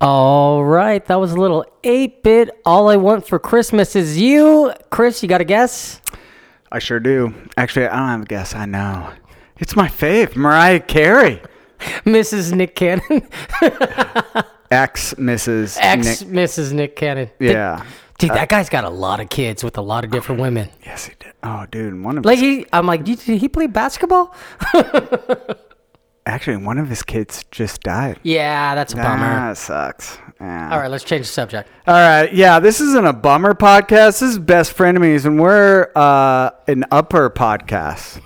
All right, that was a little 8 bit. All I want for Christmas is you. Chris, you got a guess? I sure do. Actually, I don't have a guess. I know. It's my fave, Mariah Carey. Mrs. Nick Cannon. Ex Mrs. Ex Nick- Mrs. Nick Cannon. Yeah. Uh, Dude, that guy's got a lot of kids with a lot of different women. Yes, he did. Oh, dude, one of Like he, I'm like, did he play basketball? actually one of his kids just died. Yeah, that's a bummer. That sucks. Yeah. All right, let's change the subject. All right. Yeah, this isn't a bummer podcast. This is best frenemies, and we're uh, an upper podcast.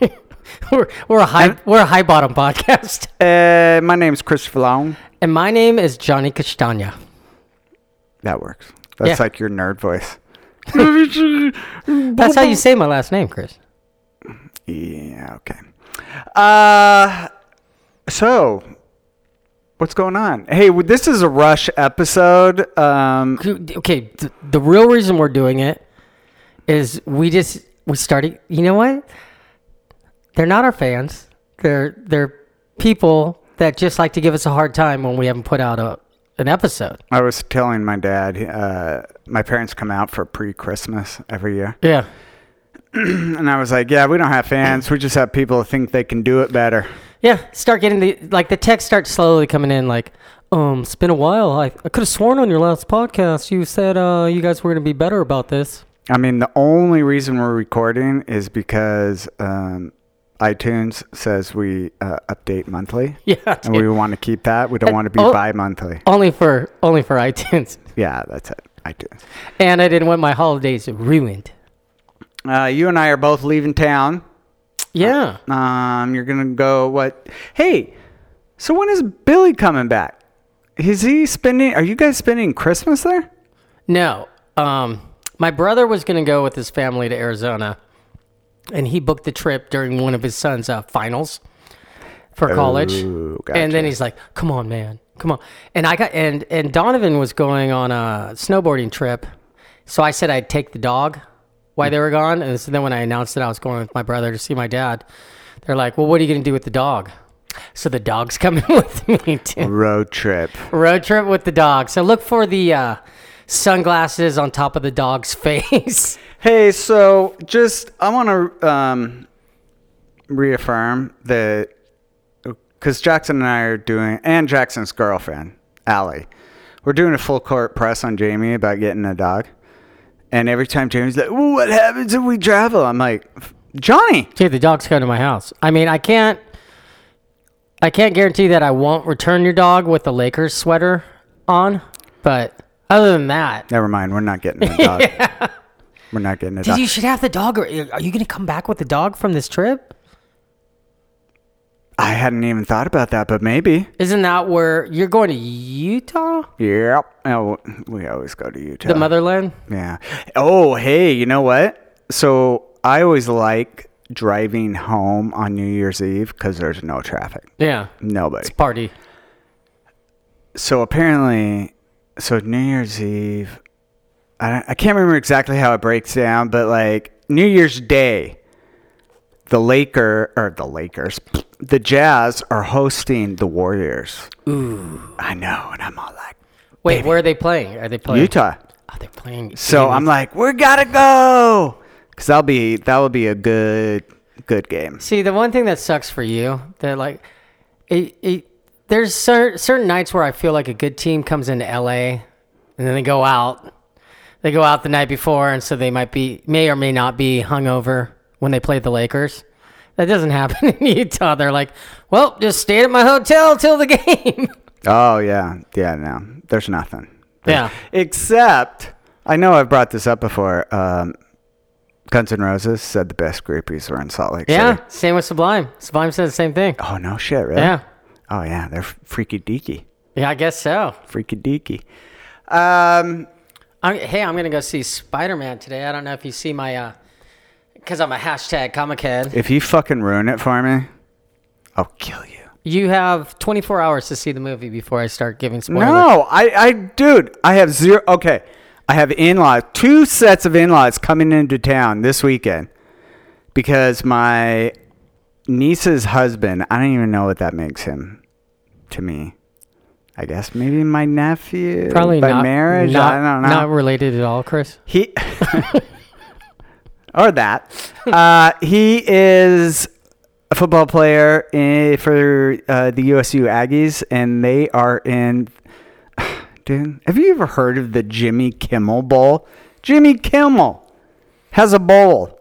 We're, we're a high we're a high bottom podcast. uh, my name's Christopher Long. And my name is Johnny Castagna. That works. That's Yeah. like your nerd voice. That's how you say my last name, Chris. Yeah. Okay. Uh, so what's going on? Hey, w- this is a rush episode. Um, Okay, th- the real reason we're doing it is we just we started. You know what? They're not our fans. They're they're people that just like to give us a hard time when we haven't put out a an episode. I was telling my dad. Uh, my parents come out for pre-Christmas every year. Yeah. And I was like, yeah, we don't have fans. We just have people who think they can do it better. Yeah, start getting the like the text starts slowly coming in like um it's been a while. I, I could have sworn on your last podcast you said uh you guys were going to be better about this. I mean, the only reason we're recording is because um, iTunes says we uh, update monthly. Yeah. And we want to keep that. We don't want to be oh. bi monthly. only for only for iTunes. Yeah, that's it. iTunes. And I didn't want my holidays ruined. Uh, you and I are both leaving town. Yeah. Um, you're going to go, what? Hey, so when is Billy coming back? Is he spending, are you guys spending Christmas there? No. Um my brother was going to go with his family to Arizona and he booked the trip during one of his son's uh, finals Oh, for college. Ooh, And then he's like, "Come on, man, come on." And I got and and Donovan was going on a snowboarding trip, so I said I'd take the dog while they were gone. And so then when I announced that I was going with my brother to see my dad, they're like, "Well, what are you going to do with the dog?" So the dog's coming with me to Road trip. road trip with the dog. So look for the uh, sunglasses on top of the dog's face. Hey, so just I want to um, reaffirm that because Jackson and I are doing, and Jackson's girlfriend Allie, we're doing a full court press on Jamie about getting a dog. And every time Jamie's like, well, "What happens if we travel?" I'm like, "Johnny, Dude, the dog's coming to my house. I mean, I can't, I can't guarantee that I won't return your dog with a Lakers sweater on. But other than that, never mind. We're not getting a dog. We're not getting a dude, dog." you should have the dog. Or are you gonna come back with the dog from this trip? I hadn't even thought about that, but maybe. Isn't that where you're going to Utah, Yep. Oh, we always go to Utah. the motherland? Yeah. Oh, hey, you know what? So I always like driving home on New Year's Eve because there's no traffic. Yeah, Nobody. party. So apparently, so New Year's Eve, I, don't- I can't remember exactly how it breaks down, but like New Year's Day, the Laker or the Lakers, the Jazz are hosting the Warriors. Ooh. I know. And I'm all like, Wait, where are they playing? Are they playing Utah. Oh, they're playing. So I'm like, we gotta go, cause that'll be that will be a good good game. See, the one thing that sucks for you, that like, it, it, there's cer- certain nights where I feel like a good team comes into LA, and then they go out, they go out the night before, and so they might be, may or may not be hungover when they play the Lakers. That doesn't happen in Utah. They're like, well, just stay at my hotel till the game. Oh yeah, yeah. No, there's nothing. Yeah. Except I know I've brought this up before. Um, Guns N' Roses said the best groupies were in Salt Lake yeah. City. Same with Sublime. Sublime said the same thing. Oh no shit, really? Yeah. Oh yeah, they're freaky deaky, Yeah, I guess so. freaky deaky. Um, i hey, I'm gonna go see Spider Man today. I don't know if you see my, uh, because I'm a hashtag comic head. if you fucking ruin it for me, I'll kill you. You have 24 hours to see the movie before I start giving spoilers. No, I, I, dude, I have zero. Okay, I have in-laws, two sets of in-laws coming into town this weekend because my niece's husband. I don't even know what that makes him to me. I guess maybe my nephew probably by not marriage. Not, I don't know. Not related at all, Chris. He or that uh, he is a football player in, for uh, the USU Aggies, and they are in. Dude, have you ever heard of the Jimmy Kimmel Bowl? Jimmy Kimmel has a bowl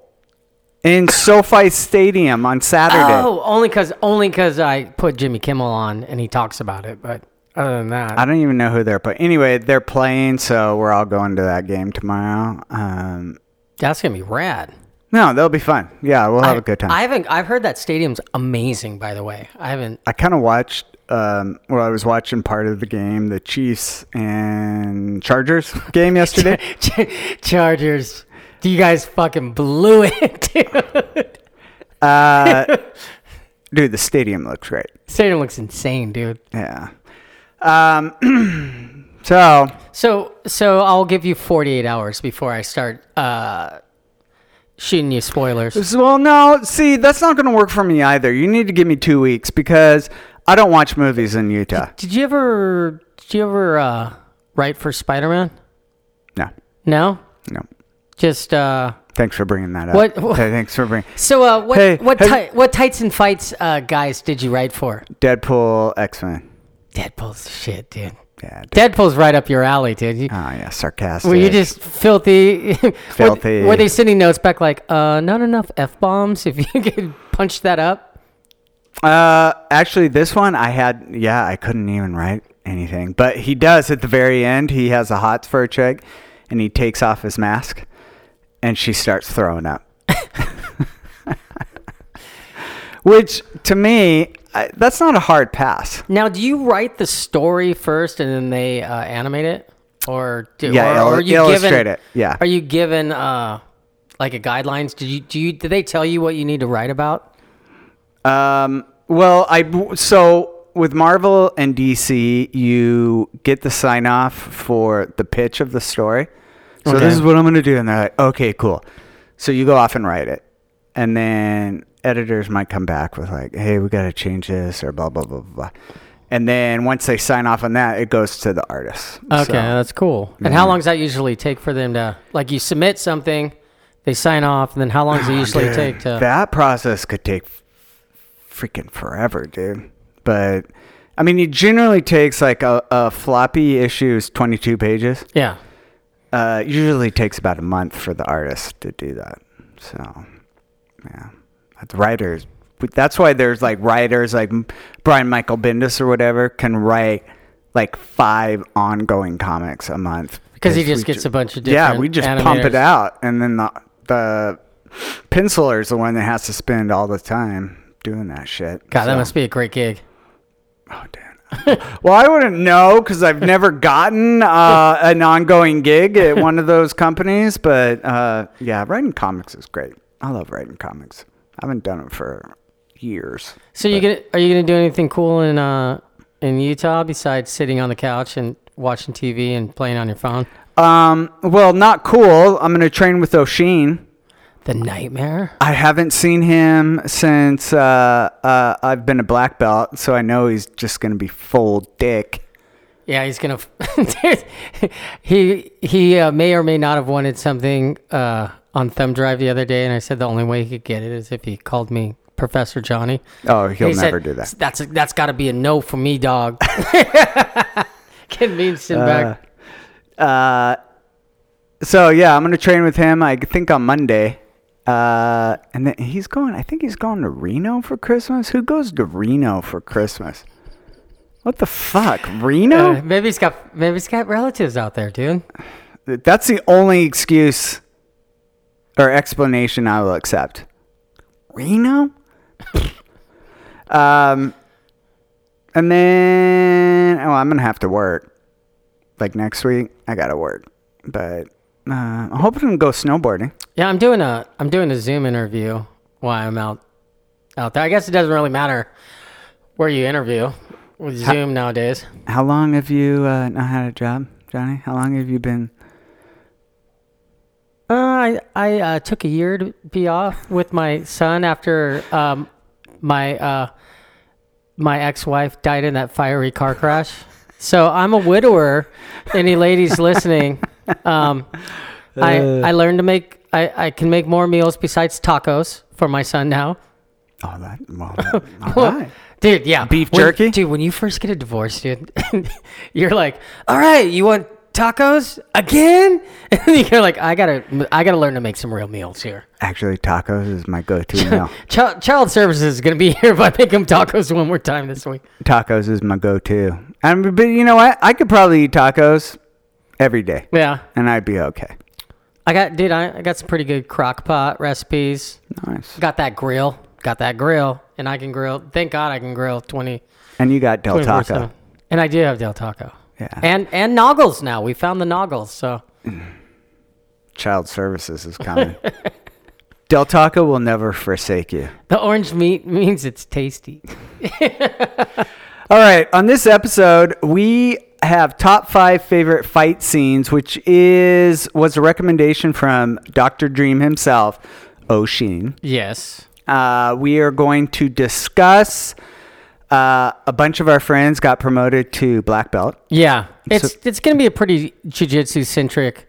in SoFi Stadium on Saturday. Oh, only because only because I put Jimmy Kimmel on and he talks about it. But other than that, I don't even know who they're playing. Anyway, they're playing, so we're all going to that game tomorrow. Um, that's gonna be rad. no, they'll be fun. Yeah, we'll have a good time. I haven't. I've heard that stadium's amazing. By the way, I haven't. I kind of watched, um, well, I was watching part of the game, the Chiefs and Chargers game yesterday. Chargers, you guys fucking blew it, dude. Dude, the stadium looks great. Stadium looks insane, dude. Yeah. Um, so, So, so I'll give you 48 hours before I start uh, shooting you spoilers. so, well, no, see, that's not going to work for me either. You need to give me two weeks because I don't watch movies in Utah. Did you ever? Did you ever uh, write for Spider-Man? No, No, no. just uh, Thanks for bringing that up. What- Hey, Thanks for bringing so. Uh, what Hey, what hey. ti- what tights and fights uh, guys did you write for? Deadpool, X Men. Deadpool's shit, dude. Yeah. Dead- Deadpool's right up your alley, dude. You, oh, yeah. Sarcastic. were you just filthy? Were- Filthy. Were, they sending notes back like, uh, not enough f bombs? If you could punch that up, Uh, actually, this one I had. Yeah, I couldn't even write anything, but he does at the very end. He has a hot for a chick, and he takes off his mask, and she starts throwing up. Which to me, I, that's not a hard pass. Now, do you write the story first and then they uh, animate it, or do Yeah, or, ill- are you illustrate given, it, yeah. Are you given uh, like a guidelines? Did you do you did they tell you what you need to write about? Um, well, I so with Marvel and DC, you get the sign off for the pitch of the story. So Okay. this is what I'm going to do, and they're like, "Okay, cool." So you go off and write it, and then editors might come back with like, "Hey, we got to change this," or blah blah blah blah. blah. And then once they sign off on that, it goes to the artist. Okay, So- that's cool. And Mm-hmm. how long does that usually take for them to like you submit something, they sign off, and then how long does it usually Oh, Dude, take uh, to? that process could take freaking forever, dude. But I mean, it generally takes like a, a floppy issue is 22 pages. yeah. Uh, usually takes about a month for the artist to do that. So, yeah, But the writers. but That's why there's like writers like Brian Michael Bendis or whatever can write like five ongoing comics a month Because he we just ju- gets a bunch of different. yeah, we just pump it animators. out, and then the the penciler is the one that has to spend all the time doing that shit. God, that must be a great gig. Oh, damn. well, I wouldn't know because I've never gotten uh, an ongoing gig at one of those companies. But uh, yeah, writing comics is great. I love writing comics. I haven't done it for years. So you gonna are you gonna do anything cool in uh in Utah besides sitting on the couch and watching TV and playing on your phone? Um, well, not cool. I'm gonna train with O'Sheen. The nightmare. I haven't seen him since uh, uh, I've been a black belt, so I know he's just going to be full dick. Yeah, he's gonna. Dude, he he uh, may or may not have wanted something uh, on thumb drive the other day, and I said the only way he could get it is if he called me Professor Johnny. Oh, he'll He said, never do that. That's that's got to be a no for me, dog. Convinced him back. Uh, so yeah, I'm going to train with him. I think on Monday, Uh, and then he's going. I think he's going to Reno for Christmas. Who goes to Reno for Christmas? What the fuck, Reno? Uh, maybe he's got maybe he's got relatives out there, dude. That's the only excuse or explanation I will accept. Reno? um, and then, oh, I'm going to have to work. Like next week, I got to work. But uh, I'm hoping to go snowboarding. Yeah, I'm doing a I'm doing a Zoom interview while I'm out out there. I guess it doesn't really matter where you interview with Zoom nowadays. How long have you uh, not had a job, Johnny? How long have you been? Uh, I I uh, took a year to be off with my son after um, my uh, my ex-wife died in that fiery car crash. So I'm a widower. Any ladies listening? Um, I Uh. I learned to make I, I can make more meals besides tacos for my son now. Oh, that. Well, that all right. Dude, yeah. Beef When- jerky? dude, when you first get a divorce, dude, you're like, all right, you want tacos again? And you're like, I gotta, I gotta learn to make some real meals here. Actually, tacos is my go-to meal. Child, child services is gonna be here if I make him tacos one more time this week. tacos is my go-to. I mean, but you know what? I could probably eat tacos every day, Yeah, and I'd be okay. I got, dude, I, I got some pretty good crock pot recipes. Nice. Got that grill, got that grill, and I can grill. Thank God I can grill 20, And you got Del 24 Taco. and I do have Del Taco. Yeah. And and noggles now. We found the noggles, so Child Services is coming. Del Taco will never forsake you. the orange meat means it's tasty. All right. On this episode, we have top five favorite fight scenes, which is was a recommendation from Doctor Dream himself, Oh O'Sheen. Yes. Uh, we are going to discuss. Uh, a bunch of our friends got promoted to black belt. Yeah. It's it's gonna be a pretty jujitsu centric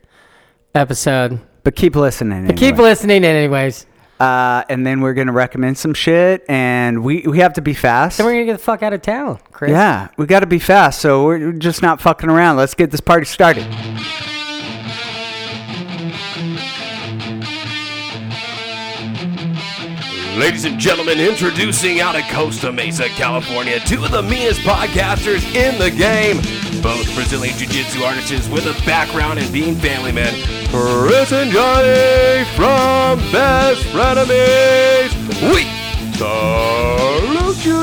episode. But keep listening. But Keep listening, anyways. Uh, and then we're gonna recommend some shit, and we we have to be fast. We're gonna get the fuck out of town, Chris. yeah, we got to be fast. So we're just not fucking around. Let's get this party started. Ladies and gentlemen, introducing out of Costa Mesa, California, two of the meanest podcasters in the game. Both Brazilian Jiu Jitsu artists with a background in being family men. Chris and Johnny from Best Frenemies. We salute you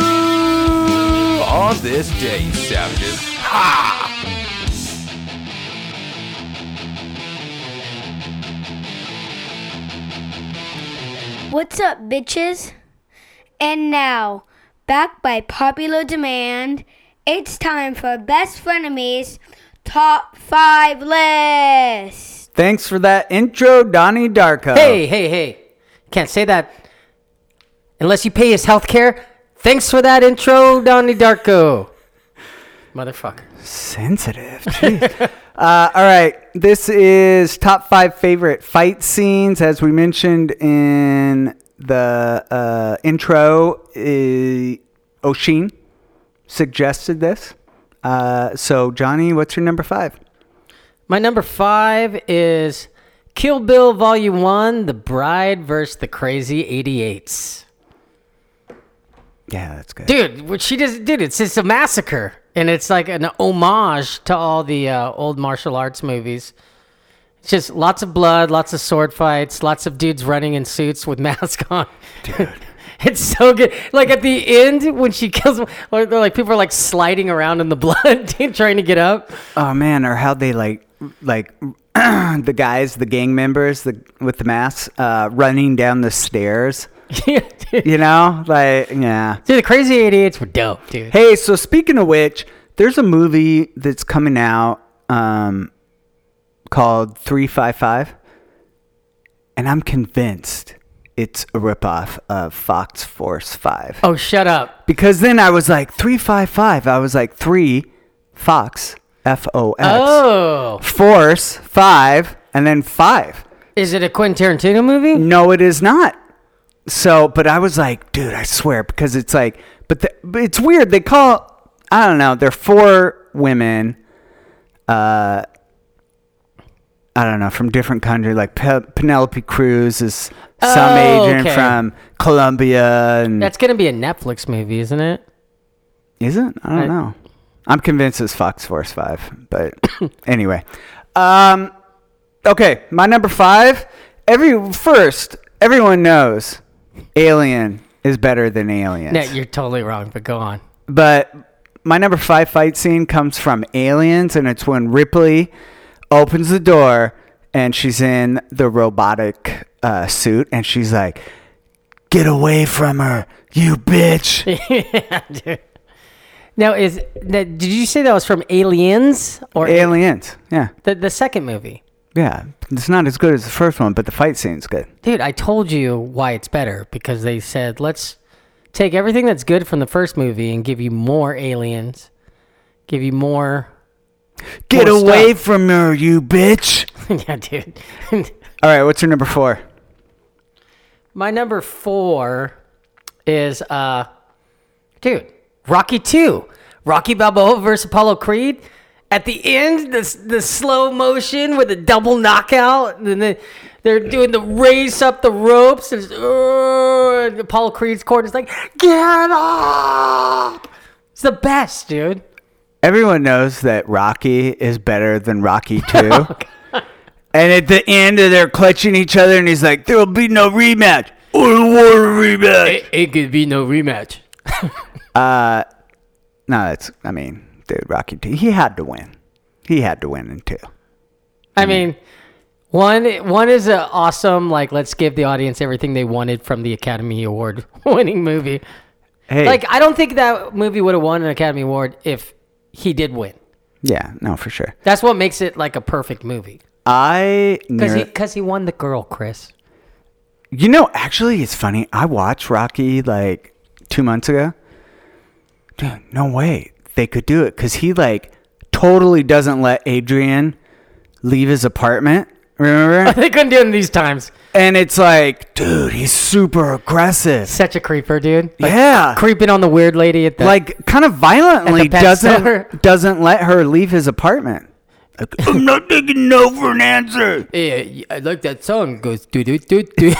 on this day, you savages. Ha! What's up, bitches? And now, back by popular demand, it's time for Best Frenemies Top 5 List. Thanks for that intro, Donnie Darko. Hey, hey, hey. Can't say that unless you pay his health care. Thanks for that intro, Donnie Darko. Motherfucker. sensitive. Jeez. uh, all right, this is top five favorite fight scenes. As we mentioned in the uh, intro, uh, Oshin suggested this. Uh, so, Johnny, what's your number five? My number five is Kill Bill Volume One, The Bride versus the Crazy 88s. Yeah, that's good. dude what she does dude it's just a massacre and it's like an homage to all the uh, old martial arts movies it's just lots of blood lots of sword fights lots of dudes running in suits with masks on dude It's so good. Like at the end, when she kills, or they're like people are like sliding around in the blood, dude, trying to get up. Oh man, or how they like like the guys, the gang members, the with the masks, uh, running down the stairs. dude, dude, You know, like yeah. the crazy 88s were dope, dude. Hey, so speaking of which, there's a movie that's coming out um, called 355, and I'm convinced it's a ripoff of Fox Force 5. Oh, shut up. Because then I was like, 355, I was like, 3 Fox, F O X, Oh, Force 5, and then 5. is it a Quentin Tarantino movie? No, it is not. So, but I was like, dude, I swear, because it's like, but, the, but it's weird. They call, I don't know, they're four women, uh, I don't know, from different country. Like Pe- Penelope Cruz is some Oh, agent okay. from Colombia, and That's gonna be a Netflix movie, isn't it? is it? I don't I- know. I'm convinced it's Fox Force Five, but anyway. Um, okay, my number five. Every first, everyone knows Alien is better than Aliens. No, you're totally wrong. But go on. But my number five fight scene comes from Aliens, and it's when Ripley opens the door and she's in the robotic uh, suit, and she's like, "Get away from her, you bitch!" Now is that? Did you say that was from Aliens or Aliens, yeah, the the second movie? yeah. It's not as good as the first one, but the fight scene's good. Dude, I told you why it's better because they said let's take everything that's good from the first movie and give you more aliens, give you more. Get More away stuff. from her, you bitch! yeah, dude. All right, what's your number four? My number four is uh, dude, Rocky Two, Rocky Balboa versus Apollo Creed. At the end, this the slow motion with a double knockout, and then they- they're doing the race up the ropes, and, it's, uh, and Apollo Creed's corner's like, "Get up!" It's the best, dude. Everyone knows that Rocky is better than Rocky 2. and at the end, they're clutching each other, and he's like, There will be no rematch. I want a rematch. It could be no rematch. No, that's, I mean, dude, Rocky 2. He had to win. He had to win in 2. I mean, one one is an awesome like let's give the audience everything they wanted from the Academy Award winning movie. Hey. Like I don't think that movie would have won an Academy Award if he did win. yeah, no, for sure. That's what makes it like a perfect movie I. because he Ner- because he won the girl, Chris. you know, actually, it's funny. I watched Rocky like two months ago. Dude, no way they could do it because he like totally doesn't let Adrian leave his apartment. Remember? They couldn't do it in these times. And it's like, dude, he's super aggressive. Such a creeper, dude. Like, yeah. creeping on the weird lady at the like kind of violently At the pet doesn't store. doesn't let her leave his apartment. Like, I'm not taking no for an answer. Yeah, I like that song. Goes do do do do.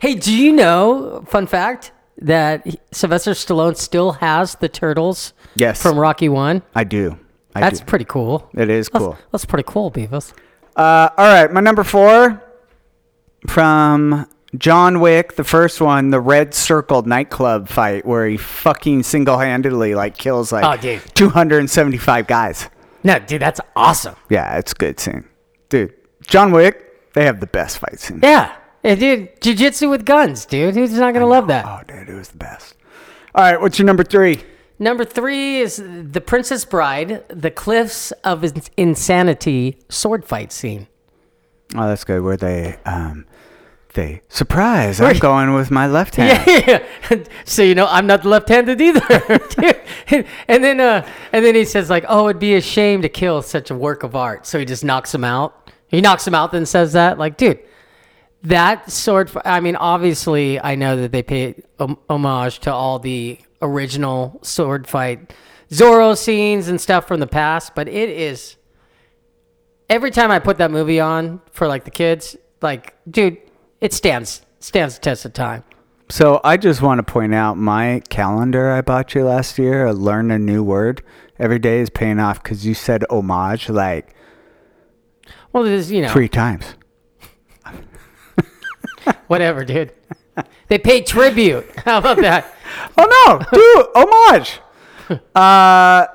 Hey, do you know? Fun fact that Sylvester Stallone still has the turtles. Yes. From Rocky One. I do. I That's do. pretty cool. it is That's, cool. that's pretty cool, Beavis. Uh, all right, my number four from John Wick, the first one, the Red Circle nightclub fight where he fucking single handedly like kills like Oh, dude. 275 guys. No, dude, that's awesome. Yeah, it's a good scene, dude. John Wick, they have the best fight scene. Yeah, yeah dude, jujitsu with guns, dude. Who's not gonna love that? Oh, dude, it was the best. All right, what's your number three? Number three is The Princess Bride, The Cliffs of Ins- Insanity sword fight scene. Oh, that's good. Where they, um, they surprise. I'm going with my left hand. yeah. so you know I'm not left-handed either. Dude. and then uh, and then he says like, "Oh, it'd be a shame to kill such a work of art." So he just knocks him out. He knocks him out, then says that like, dude, that sword. fi- I mean, obviously, I know that they paid hom- homage to all the original sword fight Zorro scenes and stuff from the past, but it is. Every time I put that movie on for like the kids, like, dude, it stands stands the test of time. So I just want to point out my calendar I bought you last year. I learned a new word every day is paying off because you said homage like Well, there's you know three times. whatever, dude. They pay tribute. How about that? Oh no, dude, homage. Uh,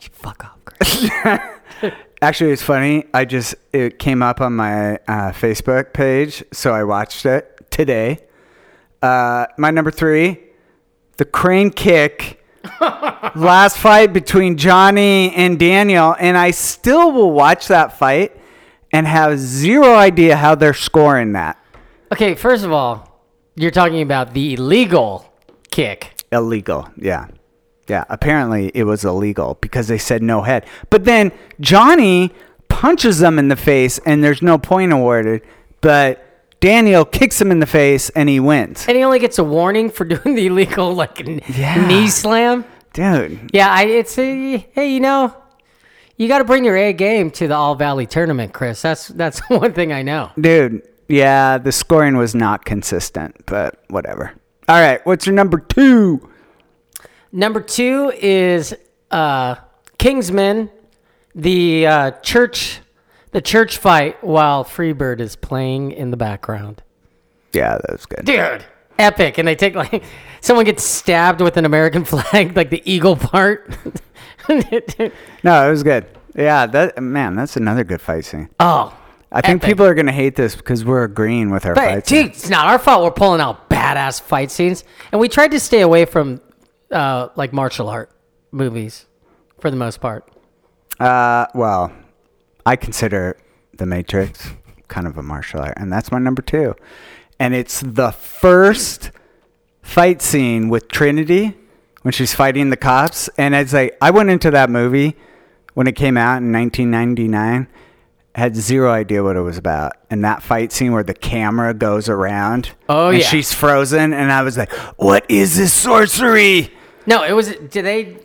You fuck off, Chris. Actually, it's funny. I just it came up on my uh, Facebook page, so I watched it today. Uh, my number three, the crane kick, last fight between Johnny and Daniel, and I still will watch that fight and have zero idea how they're scoring that Okay, first of all, you're talking about the illegal kick. illegal. Yeah, yeah. Apparently, it was illegal because they said no head. But then Johnny punches them in the face, and there's no point awarded. But Daniel kicks him in the face, and he wins. And he only gets a warning for doing the illegal like n- Yeah. knee slam. Dude, Yeah, I, it's a, hey, you uh, know, You got to bring your A game to the All Valley tournament, Chris. That's that's one thing I know. Dude, yeah, the scoring was not consistent, but whatever. All right, what's your number two? Number two is uh, Kingsman, the uh, church, the church fight while Freebird is playing in the background. Yeah, that was good. Dude, epic! And they take like someone gets stabbed with an American flag, like the eagle part. No, it was good. Yeah, that man, that's another good fight scene. oh, I think epic. people are gonna hate this because we're agreeing with our But fight dude, scene. it's not our fault. We're pulling out badass fight scenes, and we tried to stay away from uh, like martial art movies for the most part. Uh, well, I consider The Matrix kind of a martial art, and that's my number two. And it's the first fight scene with Trinity when she's fighting the cops. And it's like, I went into that movie when it came out in 1999, had zero idea what it was about. And that fight scene where the camera goes around Oh, and yeah. she's frozen, and I was like, what is this sorcery? No, it was. Did they?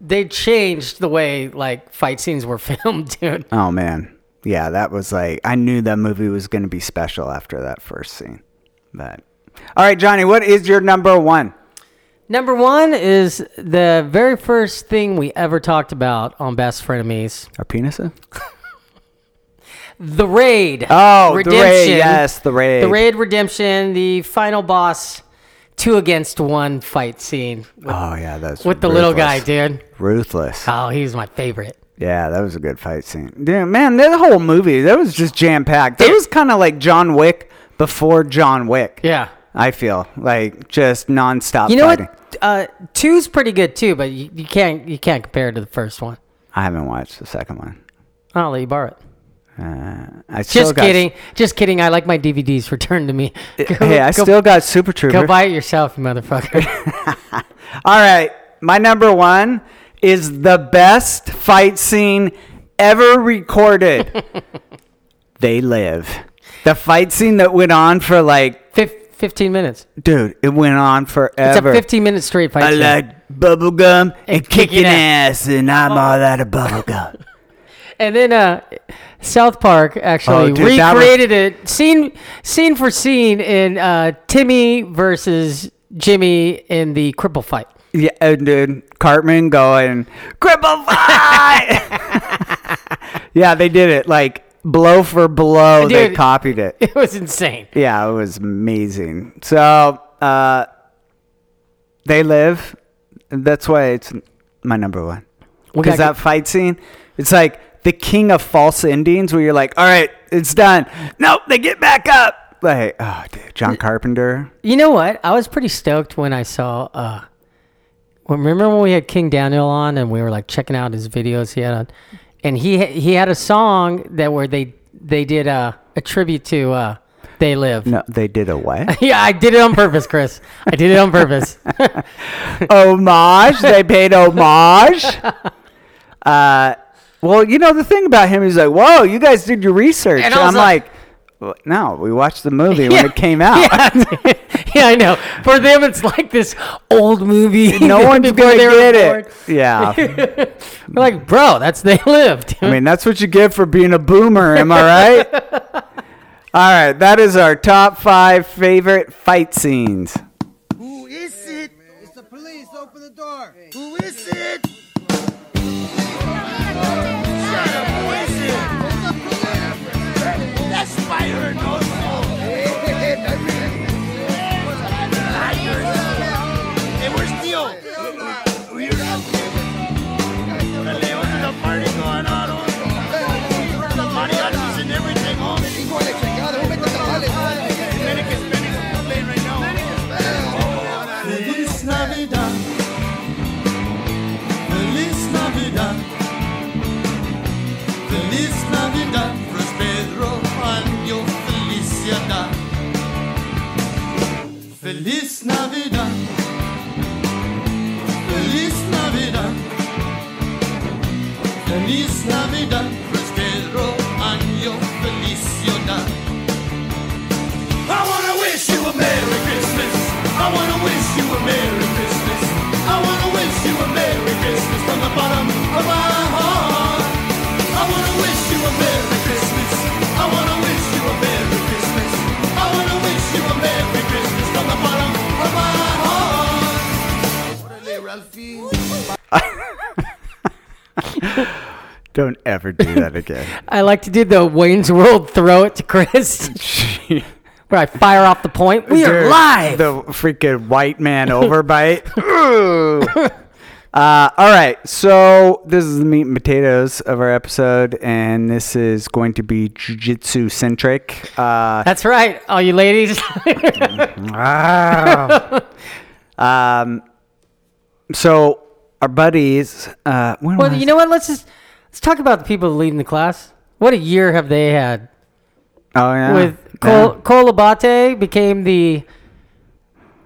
They changed the way like fight scenes were filmed, dude. Oh man, yeah, that was like I knew that movie was going to be special after that first scene. But all right, Johnny, what is your number one? Number one is the very first thing we ever talked about on Best Frenemies: Our penis? Oh, the raid. Oh, the raid. Yes, the raid. The raid redemption, the final boss, two against one fight scene with, Oh yeah, that's with the little guy, dude. Ruthless. Oh, he was my favorite. Yeah, that was a good fight scene. Dude, man, that whole movie that was just jam packed. That Dude. was kind of like John Wick before John Wick. Yeah. I feel like just nonstop. You know fighting. what? Uh, two's pretty good too, but you, you can't you can't compare it to the first one. I haven't watched the second one. I'll let you borrow it. Uh, I still Just got- kidding. Just kidding. I like my DVDs returned to me. Go- Hey, I go, still got Super Trooper. go buy it yourself, you motherfucker. All right. My number one is the best fight scene ever recorded. they live. The fight scene that went on for like, Fif- Fifteen minutes. dude, it went on It's forever. a fifteen-minute straight fight. I scene. like bubblegum and, and kicking kicking ass, and I'm Oh. all out of bubblegum. And then uh, South Park actually Oh, dude, that was- recreated it scene scene for scene in uh, Timmy versus Jimmy in the cripple fight. yeah, and dude, Cartman going, cripple fight! yeah, they did it. Like, blow for blow, they Dude. copied it. It was insane. Yeah, it was amazing. So uh, they live. That's why it's my number one. We Because gotta that fight scene, it's like the king of false endings, where you're like, "All right, it's done." Nope, they get back up. Like, oh, dude, John Carpenter. You know what? I was pretty stoked when I saw. Uh, when- remember when we had King Daniel on and we were like checking out his videos he had on, and he he had a song that where they they did a, a tribute to uh, "They Live." No, they did a what? Yeah, I did it on purpose, Chris. I did it on purpose. homage. They paid homage. Uh, well, you know the thing about him, he's like, "Whoa, you guys did your research." And And I was I'm like- like, "Well, "No, we watched the movie when it came out." yeah, yeah, I know. For them, it's like this old movie. no one's before gonna they were get born. it. Yeah, We're like, bro, that's they lived. I mean that's what you get for being a boomer. Am I right? All right, that is our top five favorite fight scenes. Who is it? It's the police. Open the door. Who is it? Everything, homie. Medic is medic. Right now. Don't ever do that again. I like to do the Wayne's World throw it to Chris, where I fire off the point. We are Dude, live. The freaking white man overbite. Ooh. uh, all right. So this is the meat and potatoes of our episode, and this is going to be jujitsu centric. Uh, That's right, all you ladies. um, so our buddies. Uh, when well, was- you know what? Let's just let's talk about the people leading the class. What a year have they had? oh yeah. With Yeah. Cole, Cole Abate became the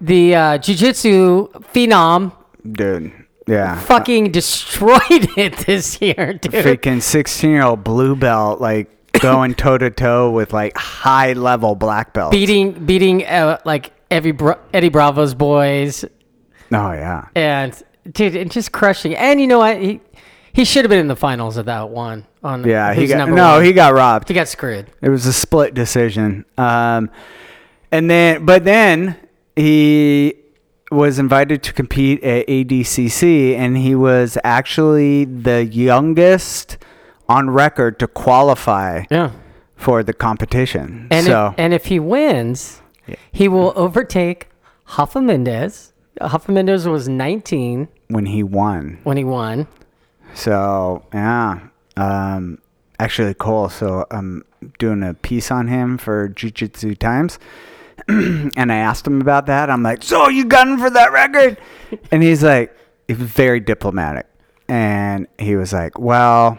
the uh, jiu-jitsu phenom. dude. Yeah. Fucking destroyed it this year, dude. freaking 16 year old blue belt like going toe to toe with like high level black belt. Oh beating beating uh, like every Bra- Eddie Bravo's boys Oh, yeah. and dude, and just crushing. And you know what? He he should have been in the finals of that one. On Yeah, he who's got number no, one. he got robbed. he got screwed. It was a split decision. Um and then but then he was invited to compete at ADCC and he was actually the youngest on record to qualify Yeah, for the competition. and so if, and if he wins, he will overtake Hoffa Mendez. Hoffa Mendez was 19 when he won, when he won. So yeah, um, actually Cole. So I'm doing a piece on him for Jujitsu Times, and I asked him about that. I'm like, so you gunning for that record? And he's like, he was very diplomatic, and he was like, well.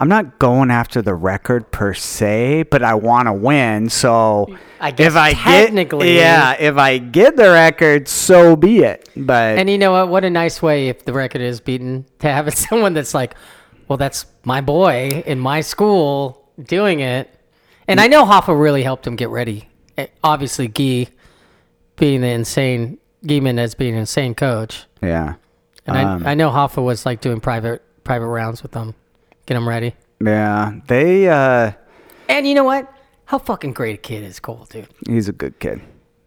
I'm not going after the record per se, but I want to win. So I guess if I technically- get, yeah, if I get the record, so be it. But And you know what? What a nice way if the record is beaten to have someone that's like, well, that's my boy in my school doing it. And I know Hoffa really helped him get ready. Eh, Obviously, Gee being the insane, Gee Mendez being an insane coach. yeah, And I, I know Hoffa was like doing private private rounds with them, get him ready. yeah, they. Uh, And you know what? How fucking great a kid is Cole, dude. He's a good kid.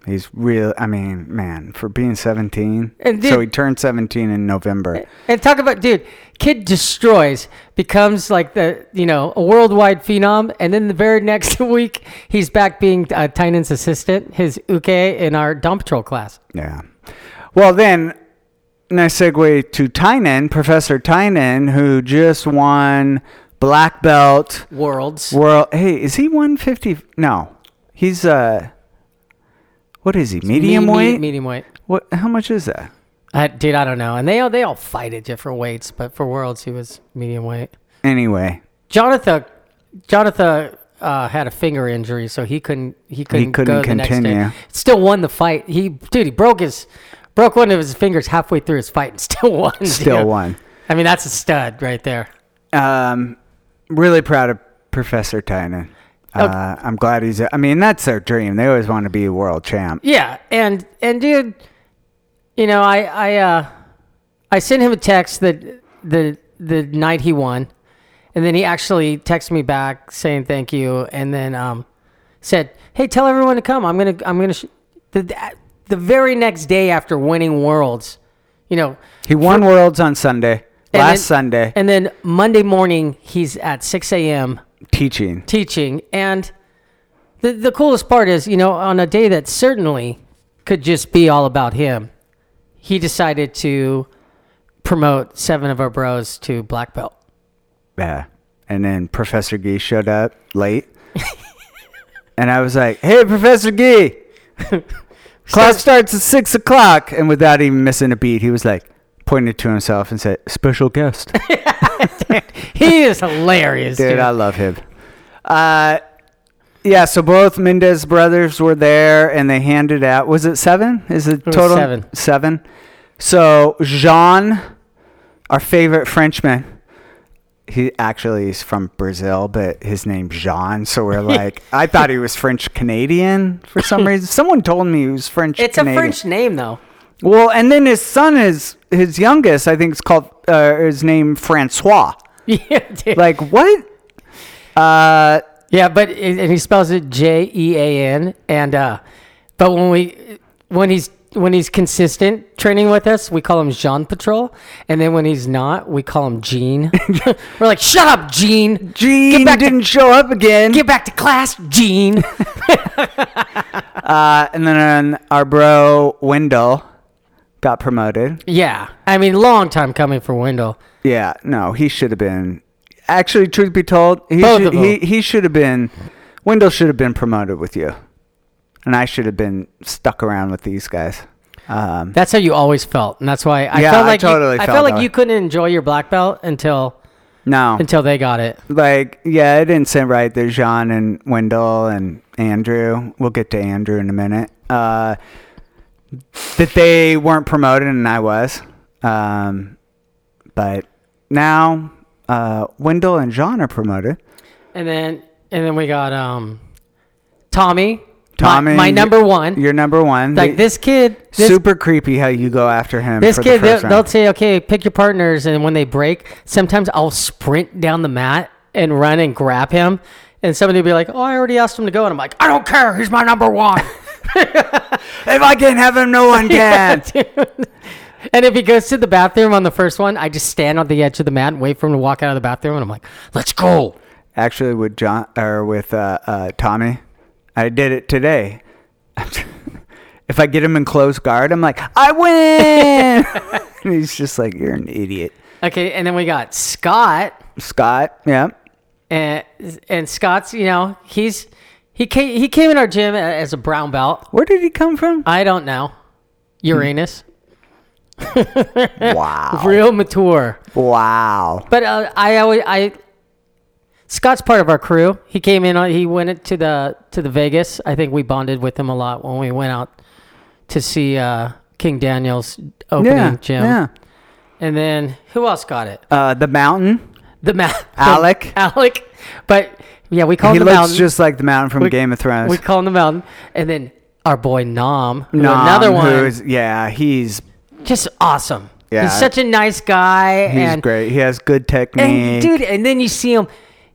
He's real. I mean, man, for being 17. And Eh. so dude- he turned 17 in November. And talk about dude, kid destroys, becomes like the you know a worldwide phenom, and then the very next week he's back being uh, Tynan's assistant, his uke in our Dawn Patrol class. Yeah. Well, then, nice segue to Tynan, Professor Tynan, who just won black belt Worlds. world. Hey, is he 150? No, he's uh, what is he? Medium Me- me- weight. medium weight. What? How much is that? Uh, dude, I don't know. And they all they all fight at different weights, but for Worlds he was medium weight. Anyway, Jonathan, Jonathan uh, had a finger injury, so he couldn't he couldn't, couldn't go the continue. next day. Still won the fight. He dude, he broke his broke one of his fingers halfway through his fight and still won. still dude. won. I mean, that's a stud right there. Um, really proud of Professor Tynan. Oh. Uh, I'm glad he's. I mean, that's their dream. They always want to be world champ. Yeah, and and dude, you know, I I uh, I sent him a text that the the night he won, and then he actually texted me back saying thank you, and then um, said, hey, tell everyone to come. I'm gonna I'm gonna sh-. the the very next day after winning worlds, you know, He won worlds on Sunday, and last then- Sunday, and then Monday morning he's at six a.m. teaching. teaching. And the the coolest part is, you know, on a day that certainly could just be all about him, he decided to promote seven of our bros to black belt. Yeah. And then Professor Gee showed up late, and I was like, "Hey, Professor Gee, class starts at six o'clock." And without even missing a beat, he was like, pointed to himself and said, "Special guest." He is hilarious, dude. Dude, I love him. Uh, yeah, so both Mendez brothers were there and they handed out, was it seven? Is it was total? seven. Seven. So Jean, our favorite Frenchman, he actually is from Brazil, but his name's Jean. So we're like, I thought he was French Canadian for some reason. Someone told me he was French it's a Canadian. French name though. Well, and then his son is, his youngest, I think is called, uh, his name Francois. Yeah, dude. Like, what? Uh, yeah, but it, and he spells it J E A N and uh but when we when he's when he's consistent training with us, we call him Jean Patrol, and then when he's not, we call him Gene. We're like, "Shut up, Gene! Gene get back didn't to show up again. get back to class, Gene." Uh, and then our bro Wendell got promoted. yeah, I mean, long time coming for Wendell. Yeah, no, he should have been. Actually, truth be told, he Both should, of 'em. he he should have been. Wendell should have been promoted with you, and I should have been stuck around with these guys. Um, That's how you always felt, and that's why I Yeah, felt I like totally you, I felt felt that like way. you couldn't enjoy your black belt until no, until they got it. like yeah, it didn't sit right there. Jean and Wendell and Andrew. We'll get to Andrew in a minute. Uh, that they weren't promoted and I was. Um, but now uh, Wendell and Jean are promoted. And then and then we got um Tommy, my- Tommy, my, number one. You're number one. like They- this kid, this, super creepy how you go after him. this for kid, the they'll, first they'll round. say, okay, pick your partners, and when they break, sometimes I'll sprint down the mat and run and grab him, and somebody will be like, oh, I already asked him to go, and I'm like, I don't care, he's my number one. if I can't have him, no one can. Dude. And if he goes to the bathroom on the first one, I just stand on the edge of the mat and wait for him to walk out of the bathroom, and I'm like, let's go. Actually, with John or with uh, uh, Tommy, I did it today. if I get him in close guard, I'm like, I win. and he's just like, you're an idiot, Okay, and then we got Scott. Scott. Yeah. and and Scott's, you know, he's he came he came in our gym a- as a brown belt. Where did he come from? I don't know, Uranus, Wow. real mature. Wow. But uh, I always I Scott's part of our crew. He came in. on He went to the to the Vegas. I think we bonded with him a lot when we went out to see uh, King Daniel's opening Yeah. gym. Yeah. And then who else got it? Uh, the mountain. The Matt Alec. Alec. But yeah, we call He him the looks Mountain. just like the mountain from Game of Thrones. We call him the mountain, and then our boy Nom, who Nom, another one, who's- yeah, he's just awesome. Yeah. he's such a nice guy, he's and great. He has good technique. and dude, and then you see him.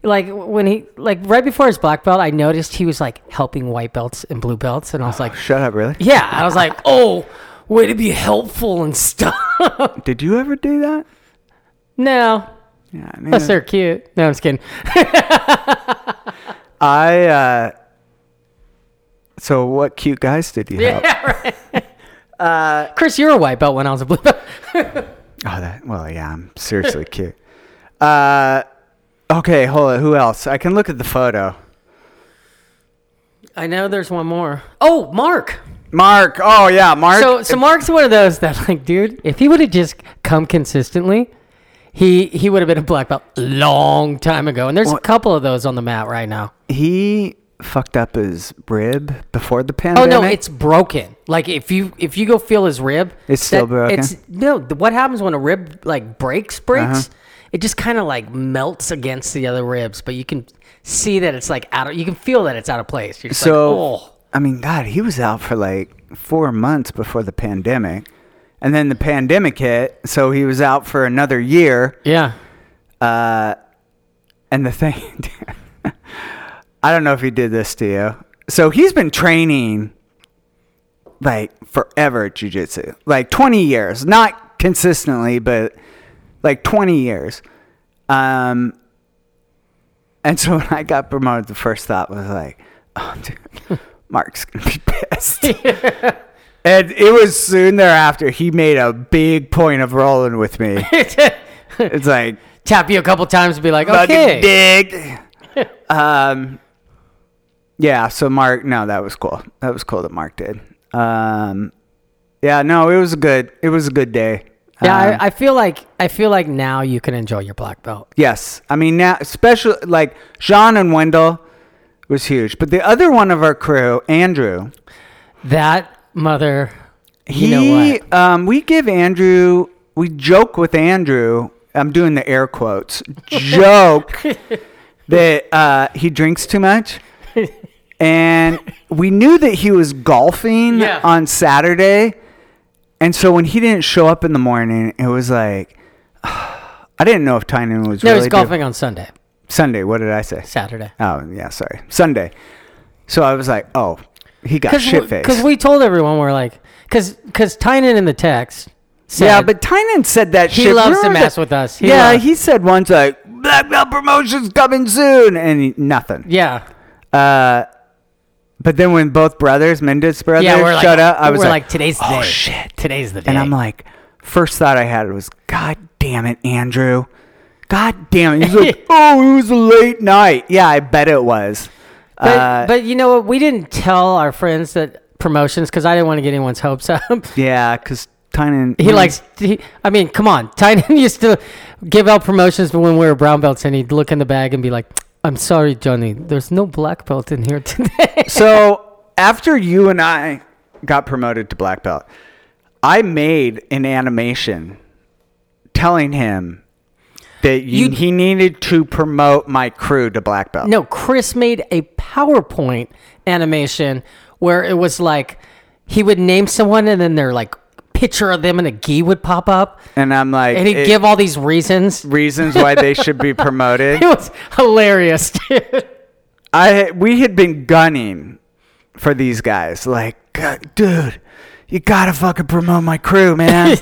Like when he like right before his black belt, I noticed he was like helping white belts and blue belts, and I was like, Shut up, really? "Yeah," I was like, "Oh, way to be helpful and stuff." Did you ever do that? no, Yeah, I unless they're cute. No, I'm just kidding. I uh so what cute guys did you help? yeah, right. Chris, you're a white belt when I was a blue belt. Oh that well yeah, I'm seriously cute. Uh okay, hold on, who else? I can look at the photo. I know there's one more. Oh, Mark. Mark. Oh yeah, Mark. So, so Mark's one of those that, like, dude, if he would have just come consistently, he he would have been a black belt long time ago. And there's a couple of those on the mat right now. he fucked up his rib before the Oh pandemic. no, it's broken. Like if you if you go feel his rib, It's still broken? no. th- What happens when a rib like breaks breaks? Uh-huh. It just kind of like melts against the other ribs, but you can see that it's like out. of You can feel that it's out of place. You're just so like, oh. I mean, God, he was out for like four months before the pandemic. And then the pandemic hit, so he was out for another year. Yeah, And the thing, I don't know if he did this to you. So he's been training like forever at jujitsu, like 20 years, not consistently, but like 20 years. Um, and so when I got promoted, the first thought was like, oh, dude, Mark's going to be pissed. and it was soon thereafter, he made a big point of rolling with me. it's like, tap you a couple times and be like, fucking okay, dick. um, yeah. So Mark, no, that was cool. That was cool that Mark did. Um, yeah, no, it was a good. It was a good day. Yeah, Um, I, I feel like I feel like now you can enjoy your black belt. yes. I mean, now, especially like Sean and Wendell was huge, but the other one of our crew, Andrew, That mother, he, you know what? um, we give Andrew, we joke with Andrew. I'm doing the air quotes. Joke that uh, he drinks too much, and we knew that he was golfing Yeah. on Saturday, and so when he didn't show up in the morning, it was like I didn't know if Tynan was No, really he's doing- golfing on Sunday, Sunday. What did I say? Saturday. Oh yeah, sorry Sunday. So I was like, oh, he got shit faced. Because we told everyone we're like, because because Tynan in the text. Said, yeah, but Tynan said that He shit. loves to Remember mess that- with us. He yeah, loves- he said once like black belt promotions coming soon, and he, nothing. yeah, But then when both brothers, Mendez brothers, yeah, we're like, shut up, I was we're like, like, today's the oh, day. shit. today's the day. and I'm like, first thought I had was, God damn it, Andrew. God damn it. He's like, oh, it was a late night. Yeah, I bet it was. But, Uh, but you know what? We didn't tell our friends that promotions because I didn't want to get anyone's hopes up. yeah, because Tynan. he likes. He, I mean, come on. Titan used to give out promotions when we were brown belts, and he'd look in the bag and be like, "I'm sorry, Johnny. There's no black belt in here today." So after you and I got promoted to black belt, I made an animation telling him that you, You- he needed to promote my crew to black belt. no, Chris made a PowerPoint animation where it was like he would name someone, and then their like picture of them and a gi would pop up, And I'm like, and he'd it- give all these reasons. reasons why they should be promoted. It was hilarious, dude. I we had been gunning for these guys. Like, God, dude, you gotta fucking promote my crew, man.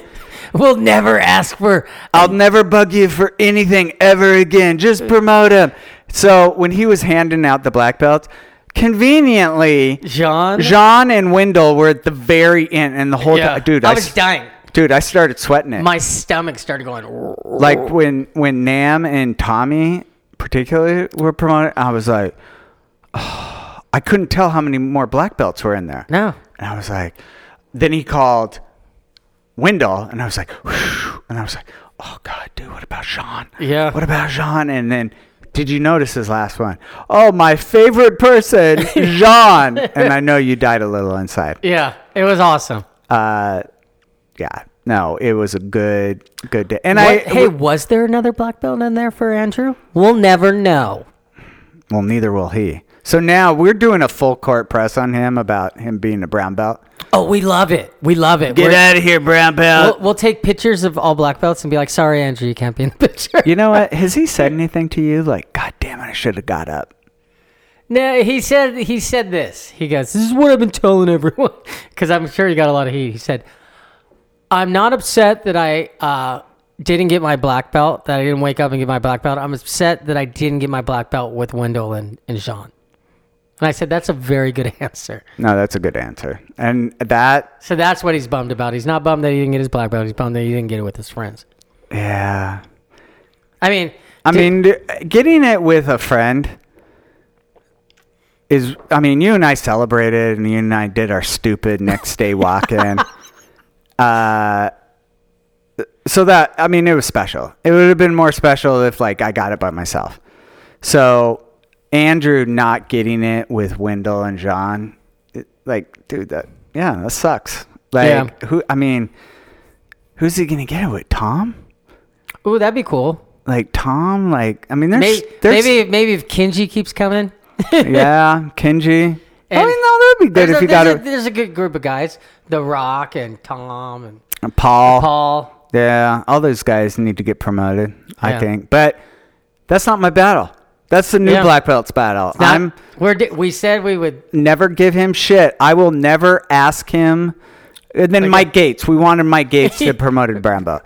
we'll never ask for uh, I'll never bug you for anything ever again. Just promote him. So when he was handing out the black belts, conveniently, Jean. Jean and Wendell were at the very end, and the whole Yeah. time, dude, I I, was s- dying. Dude, I started sweating it. My stomach started going. like when when Nam and Tommy particularly were promoted, I was like, I couldn't tell how many more black belts were in there. No. And I was like, then he called Wendell, and I was like, whew, and I was like, oh God, dude, what about Sean? Yeah. What about Sean? And then, did you notice his last one? Oh, my favorite person, Jean. and I know you died a little inside. Yeah, it was awesome. Yeah. No, it was a good, good day. And I, What- hey, was there another black belt in there for Andrew? We'll never know. Well, neither will he. So now we're doing a full court press on him about him being a brown belt. Oh, we love it. We love it. We're- out of here, brown belt. We'll, we'll take pictures of all black belts and be like, "Sorry, Andrew, you can't be in the picture." you know what? Has he said anything to you? Like, God damn it, I should have got up. No, he said he said this. He goes, "This is what I've been telling everyone," because I'm sure he got a lot of heat. He said, "I'm not upset that I uh, didn't get my black belt. That I didn't wake up and get my black belt. I'm upset that I didn't get my black belt with Wendell and, and Jean." And I said, "That's a very good answer." No, that's a good answer. And that, So that's what he's bummed about. He's not bummed that he didn't get his black belt. He's bummed that he didn't get it with his friends. yeah. I mean, I to- mean, d- getting it with a friend is, I mean, you and I celebrated and you and I did our stupid next day walk in. uh, so that, I mean, it was special. It would have been more special if, like, I got it by myself. So, Andrew not getting it with Wendell and John, it, like, dude, that, yeah, that sucks. Like, Yeah. who, I mean, who's he going to get it with? Tom? ooh, that'd be cool. like Tom, like I mean, there's, Maybe there's maybe, maybe if Kenji keeps coming. yeah, Kenji. I And mean, no, that would be good There's, if a, you got there's, a, it. there's a good group of guys: The Rock and Tom and Paul. Paul. Yeah, all those guys need to get promoted, I Yeah. think. But that's not my battle. That's the new Yeah. black belts battle. Not- I'm we're di- we said we would. never give him shit. I will never ask him. And then Mike Gates. We wanted Mike Gates to promoted brown belt.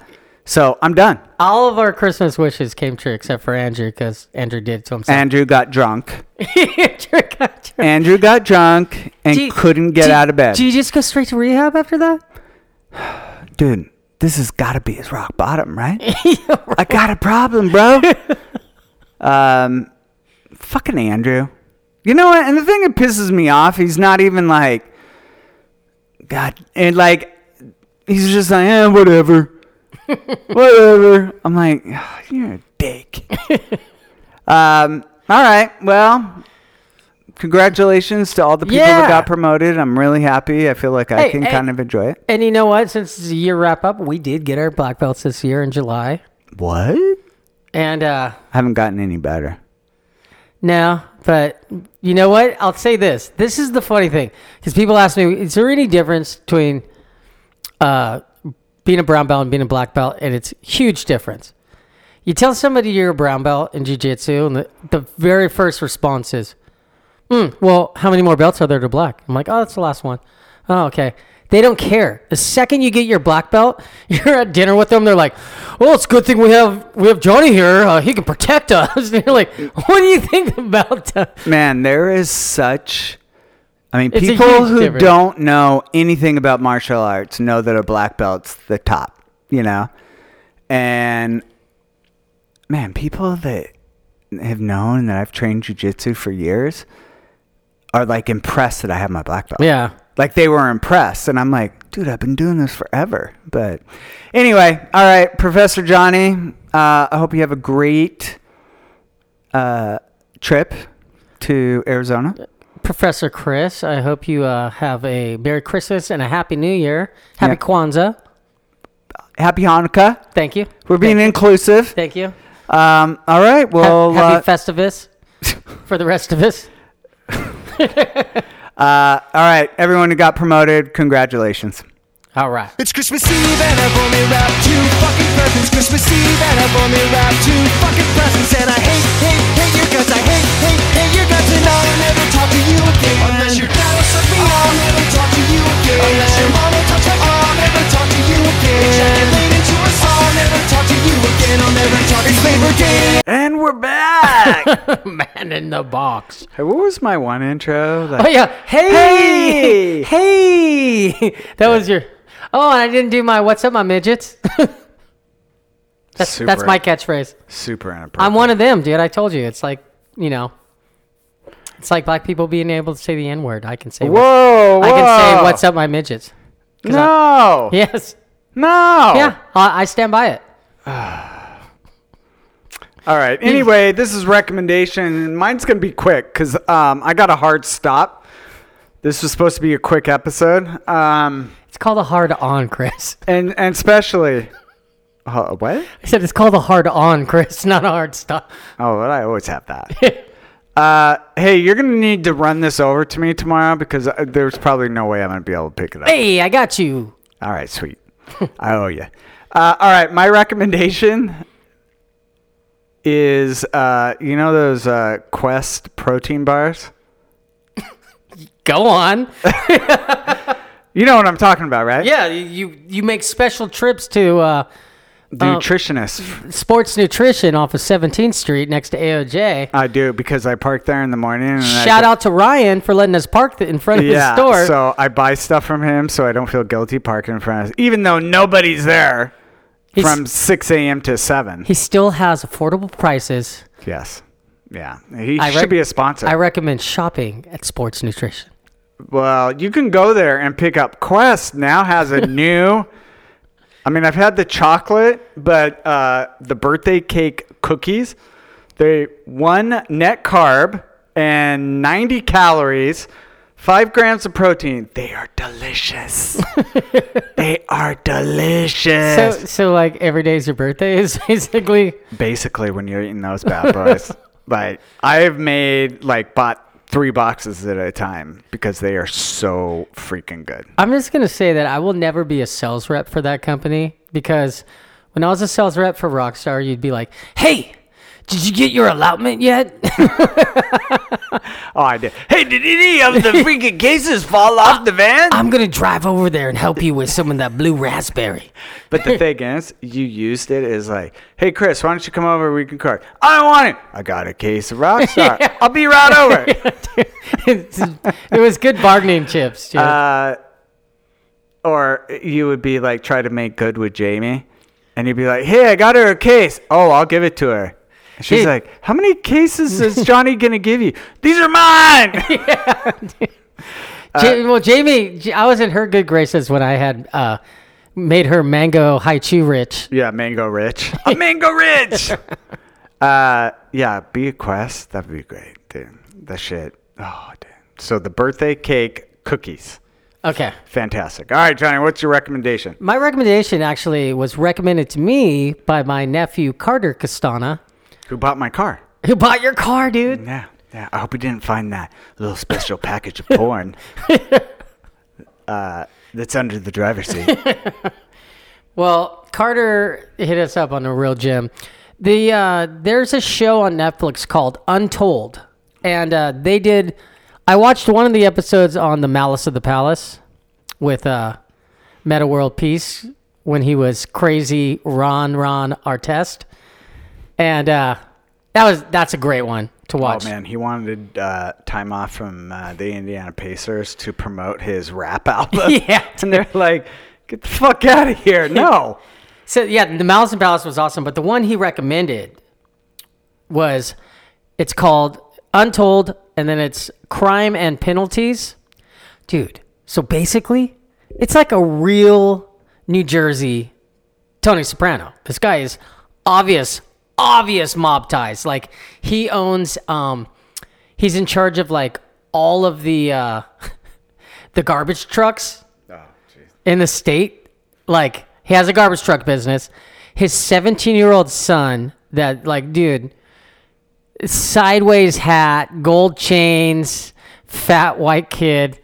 So I'm done. All of our Christmas wishes came true except for Andrew because Andrew did it to himself. Andrew got drunk. Andrew got drunk. Andrew got drunk and Do you- couldn't get do you- out of bed. Do you just go straight to rehab after that? dude, this has got to be his rock bottom, right? I got a problem, bro. um, fucking Andrew. You know what? And the thing that pisses me off, he's not even like, God, and like, he's just like, eh, whatever, whatever. I'm like, "Ah, you're a dick. um, all right, well. Congratulations to all the people Yeah. that got promoted. I'm really happy. I feel like I Hey, can hey. kind of enjoy it. And you know what? Since it's a year wrap up, we did get our black belts this year in July. What? And uh I haven't gotten any better. no, but you know what? I'll say this. This is the funny thing because people ask me, is there any difference between uh, being a brown belt and being a black belt? And it's huge difference. You tell somebody you're a brown belt in jiu-jitsu, and the, the very first response is, "Hmm, well, how many more belts are there to black? I'm like, oh, that's the last one. Oh, okay. They don't care. The second you get your black belt, you're at dinner with them. They're like, "Well, it's a good thing we have we have Johnny here. Uh, he can protect us." And you're like, "What do you think about that?" Man, there is such. I mean, It's a people huge who difference. don't know anything about martial arts know that a black belt's the top, you know? And man, people that have known that I've trained jujitsu for years are like impressed that I have my black belt. Yeah. Like they were impressed. And I'm like, dude, I've been doing this forever. But anyway, all right, Professor Johnny, uh, I hope you have a great uh, trip to Arizona. Professor Chris, I hope you uh, have a Merry Christmas and a Happy New Year. Happy Yeah. Kwanzaa. Happy Hanukkah. Thank you. We're being inclusive. Thank you. Um, all right. Ha- Well, uh, happy Festivus for the rest of us. all right. Everyone who got promoted, congratulations. All right. It's Christmas Eve and I've only wrapped two fucking presents. Christmas Eve and I've only wrapped two fucking presents. And I hate, hate, hate your guts. I hate, hate, hate your guts. And I'll never talk to you again. Unless your dad will suck me I'll never talk to you again. Unless your mom will touch my I'll never talk to you again. Ejaculate into a soul. I'll never talk to you again. I'll never talk to you again. It's Labor Day. And we're back. Man in the box. hey, what was my one intro? Oh Like, yeah. Hey. Hey! Hey. That was your. Oh, and I didn't do my what's up, my midgets. that's that's Super. my catchphrase. Super inappropriate. I'm one of them, dude. I told you. It's like you know. It's like black people being able to say the N word. I can say. what- Whoa, whoa. I can say what's up, my midgets. No. Yes. No. Yeah. I, I stand by it. All right. Anyway, this is recommendation. Mine's gonna be quick because um, I got a hard stop. This was supposed to be a quick episode. Um, It's called a hard on, Chris. and and especially, uh, what? I said it's called a hard on, Chris, not a hard stop. Oh, but I always have that. uh, hey, you're gonna need to run this over to me tomorrow because uh, there's probably no way I'm gonna be able to pick it up. Hey, I got you. All right, sweet. I owe you. Uh, all right, my recommendation is uh, you know those uh, Quest protein bars. Go on. You know what I'm talking about, right? Yeah, you you- you make special trips to uh, Nutritionist. Sports Nutrition off of 17th Street next to AOJ. I do because I park there in the morning. And I Shout out to Ryan for letting us park th- in front of Yeah, his store. so I buy stuff from him, so I don't feel guilty parking in front of, even though nobody's there He's- from 6 a.m. to 7. he still has affordable prices. Yes. Yeah. He I should rec- be a sponsor. I recommend shopping at Sports Nutrition. well, you can go there and pick up Quest now has a new I mean, I've had the chocolate, but uh, the birthday cake cookies, they one net carb and 90 calories, 5 grams of protein. They are delicious. they are delicious. So so like every day is your birthday is basically basically when you're eating those bad boys. like I've made like bought three boxes at a time because they are so freaking good. I'm just gonna say that I will never be a sales rep for that company because when I was a sales rep for Rockstar, you'd be like, "Hey, did you get your allotment yet? Oh, I did. Hey, did any of the freaking cases fall off the van? I'm gonna drive over there and help you with some of that blue raspberry." But the thing is, you used it as like, hey Chris, why don't you come over? We can card. I don't want it. I got a case of Rockstar. I'll be right over. it was good bargaining chips, dude. uh, or you would be like, try to make good with Jamie, and you'd be like, hey, I got her a case. Oh, I'll give it to her. And She's Dude. like, how many cases is Johnny gonna give you? These are mine. Ja- well, Jamie, J- I was in her good graces when I had uh, made her mango haichu rich. yeah, Mango Rich. I'm Mango Rich. uh, yeah, be a quest. That'd be great, dude. That shit. Oh, dude. So the birthday cake cookies. Okay. Fantastic. All right, Johnny, what's your recommendation? My recommendation actually was recommended to me by my nephew Carter Castana, Who bought my car? who bought your car, dude. Yeah, yeah. I hope you didn't find that little special package of porn uh, that's under the driver's seat. Well, Carter hit us up on a real gym. The uh, there's a show on Netflix called Untold, and uh, they did. I watched one of the episodes on the Malice of the Palace, with uh, Meta World Peace when he was crazy Ron Ron Artest, and uh, that was that's a great one to Oh watch. man, he wanted uh, time off from uh, the Indiana Pacers to promote his rap album. Yeah. and they're like, "Get the fuck out of here!" No, So yeah, the Malice in Palace was awesome, but the one he recommended was it's called Untold, and then it's Crime and Penalties, dude. So basically, it's like a real New Jersey Tony Soprano. This guy is obvious, obvious mob ties. Like he owns, um, he's in charge of like all of the uh, the garbage trucks in the state. Like he has a garbage truck business. His 17 year old son, that like dude, sideways hat, gold chains, fat white kid.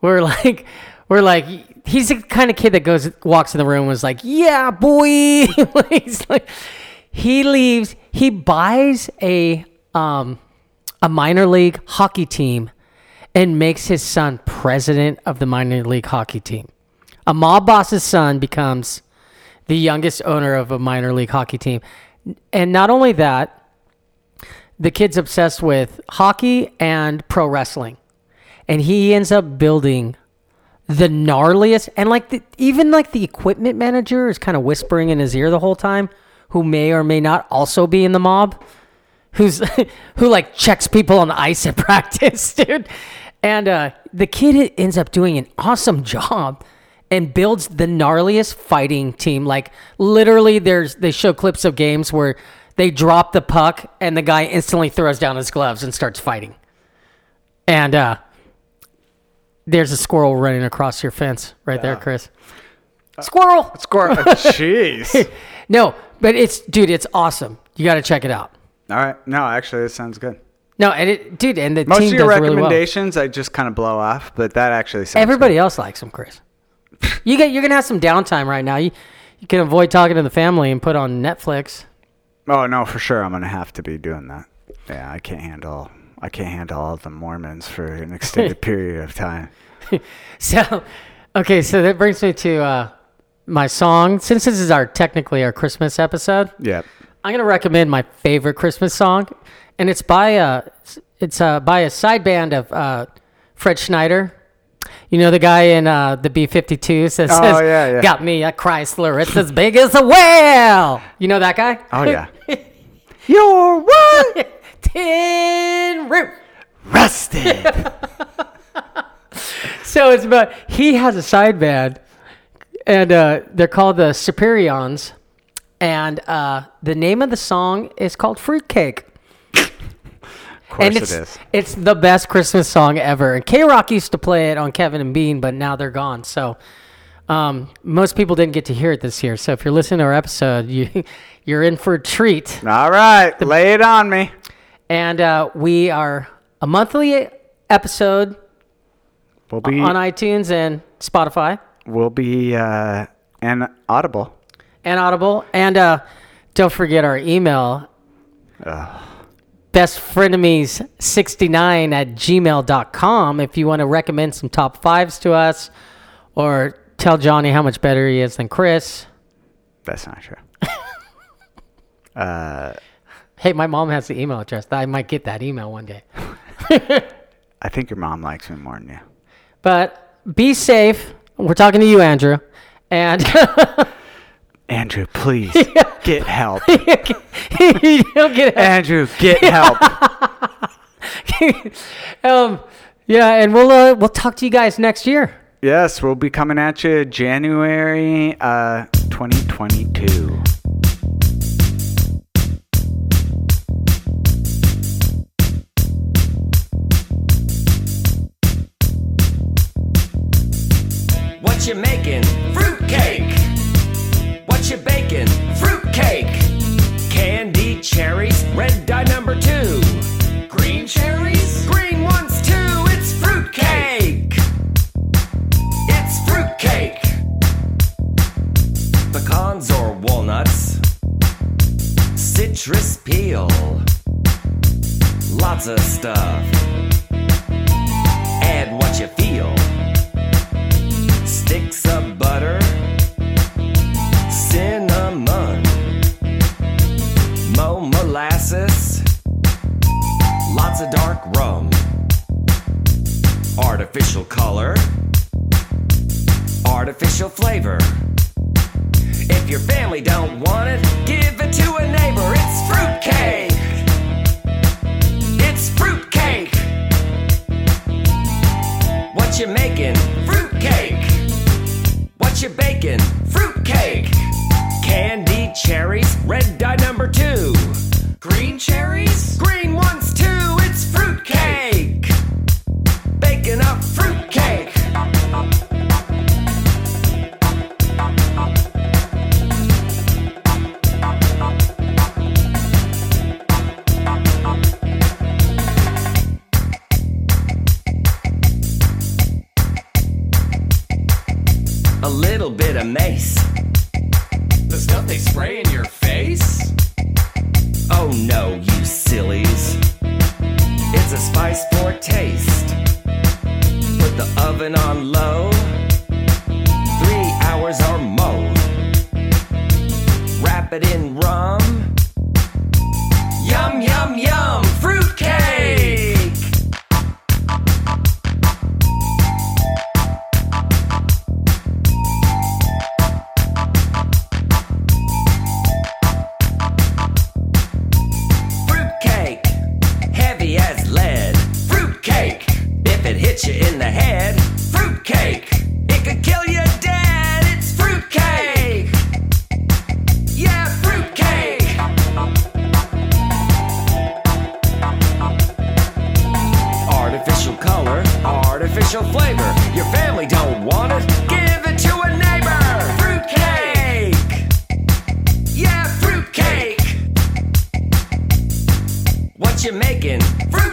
We're like, we're like, he's the kind of kid that goes walks in the room and was like, yeah, boy. he's like, he leaves. He buys a um a minor league hockey team and makes his son president of the minor league hockey team. A mob boss's son becomes the youngest owner of a minor league hockey team. And not only that, the kid's obsessed with hockey and pro wrestling. And he ends up building the gnarliest and like the, even like the equipment manager is kind of whispering in his ear the whole time who may or may not also be in the mob who's who like checks people on the ice at practice, dude. And uh, the kid ends up doing an awesome job and builds the gnarliest fighting team. Like literally, there's they show clips of games where they drop the puck and the guy instantly throws down his gloves and starts fighting. And uh, there's a squirrel running across your fence right there, Chris. Squirrel. score. Oh, Jeez. No, but it's dude, it's awesome. You got to check it out. All right. No, actually, this sounds good. No, and it, dude, and the Most team of your does really well. recommendations, I just kind of blow off, but that actually sounds. Everybody else likes them, Chris. you get you're gonna have some downtime right now. You you can avoid talking to the family and put on Netflix. Good. Oh no, for sure, I'm gonna have to be doing that. Yeah, I can't handle. I can't handle all the Mormons for an extended period of time. So, okay, so that brings me to uh, my song. Since this is our technically our Christmas episode, Yep. I'm gonna recommend my favorite Christmas song, and it's by uh it's uh by a side band of uh Fred Schneider. You know the guy in uh, the B-52s that says, Oh, yeah, yeah. "Got me a Chrysler, it's as big as a whale." You know that guy? Oh yeah. You're what? Tin roof. Rusted. So it's about he has a side band, and uh, they're called the Superions, and uh, the name of the song is called Fruitcake. Of course and it it's, is. It's the best Christmas song ever. And K Rock used to play it on Kevin and Bean, but now they're gone. So um, most people didn't get to hear it this year. So if you're listening to our episode, you you're in for a treat. All right, lay it on me. And uh, we are a monthly episode We'll be on iTunes and Spotify. we'll be uh, an audible. and Audible. And uh, don't forget our email bestfrenemies69 at gmail.com if you want to recommend some top fives to us or tell Johnny how much better he is than Chris. That's not true. Hey, my mom has the email address. I might get that email one day. I think your mom likes me more than you. But be safe. We're talking to you, Andrew. And Andrew, please get help. you'll get Andrew, get help. um, yeah, and we'll uh, we'll talk to you guys next year. yes, we'll be coming at you January uh, 2022. What you making? Fruitcake. What you baking? Fruitcake. Candy cherries, red dye number two. Green cherries? Green ones too. It's fruitcake. It's fruitcake. Pecans or walnuts. Citrus peel. Lots of stuff. Add what you feel. Artificial color. Artificial flavor. If your family don't want it, give it to a neighbor. It's fruitcake. It's fruitcake. What you making? Fruitcake. What you baking? Fruitcake. Candy cherries, red dye number two. Green cherries? Green ones too. It's fruitcake. Baking up fruitcake. A little bit of mace. The stuff they spray in your face? Oh no, you sillies. It's a spice for taste. Put the oven on low. Three hours or more. Wrap it in rum. Yum, yum, yum. Fruitcake! Fruitcake, heavy as lead. Fruitcake, if it hits you in the head. Fruitcake, it could kill you dead. It's fruitcake. Yeah, fruitcake. Artificial color, artificial flavor. Your family don't want it. Give it to a neighbor. Fruitcake. Yeah, fruitcake. What you making? Fruitcake!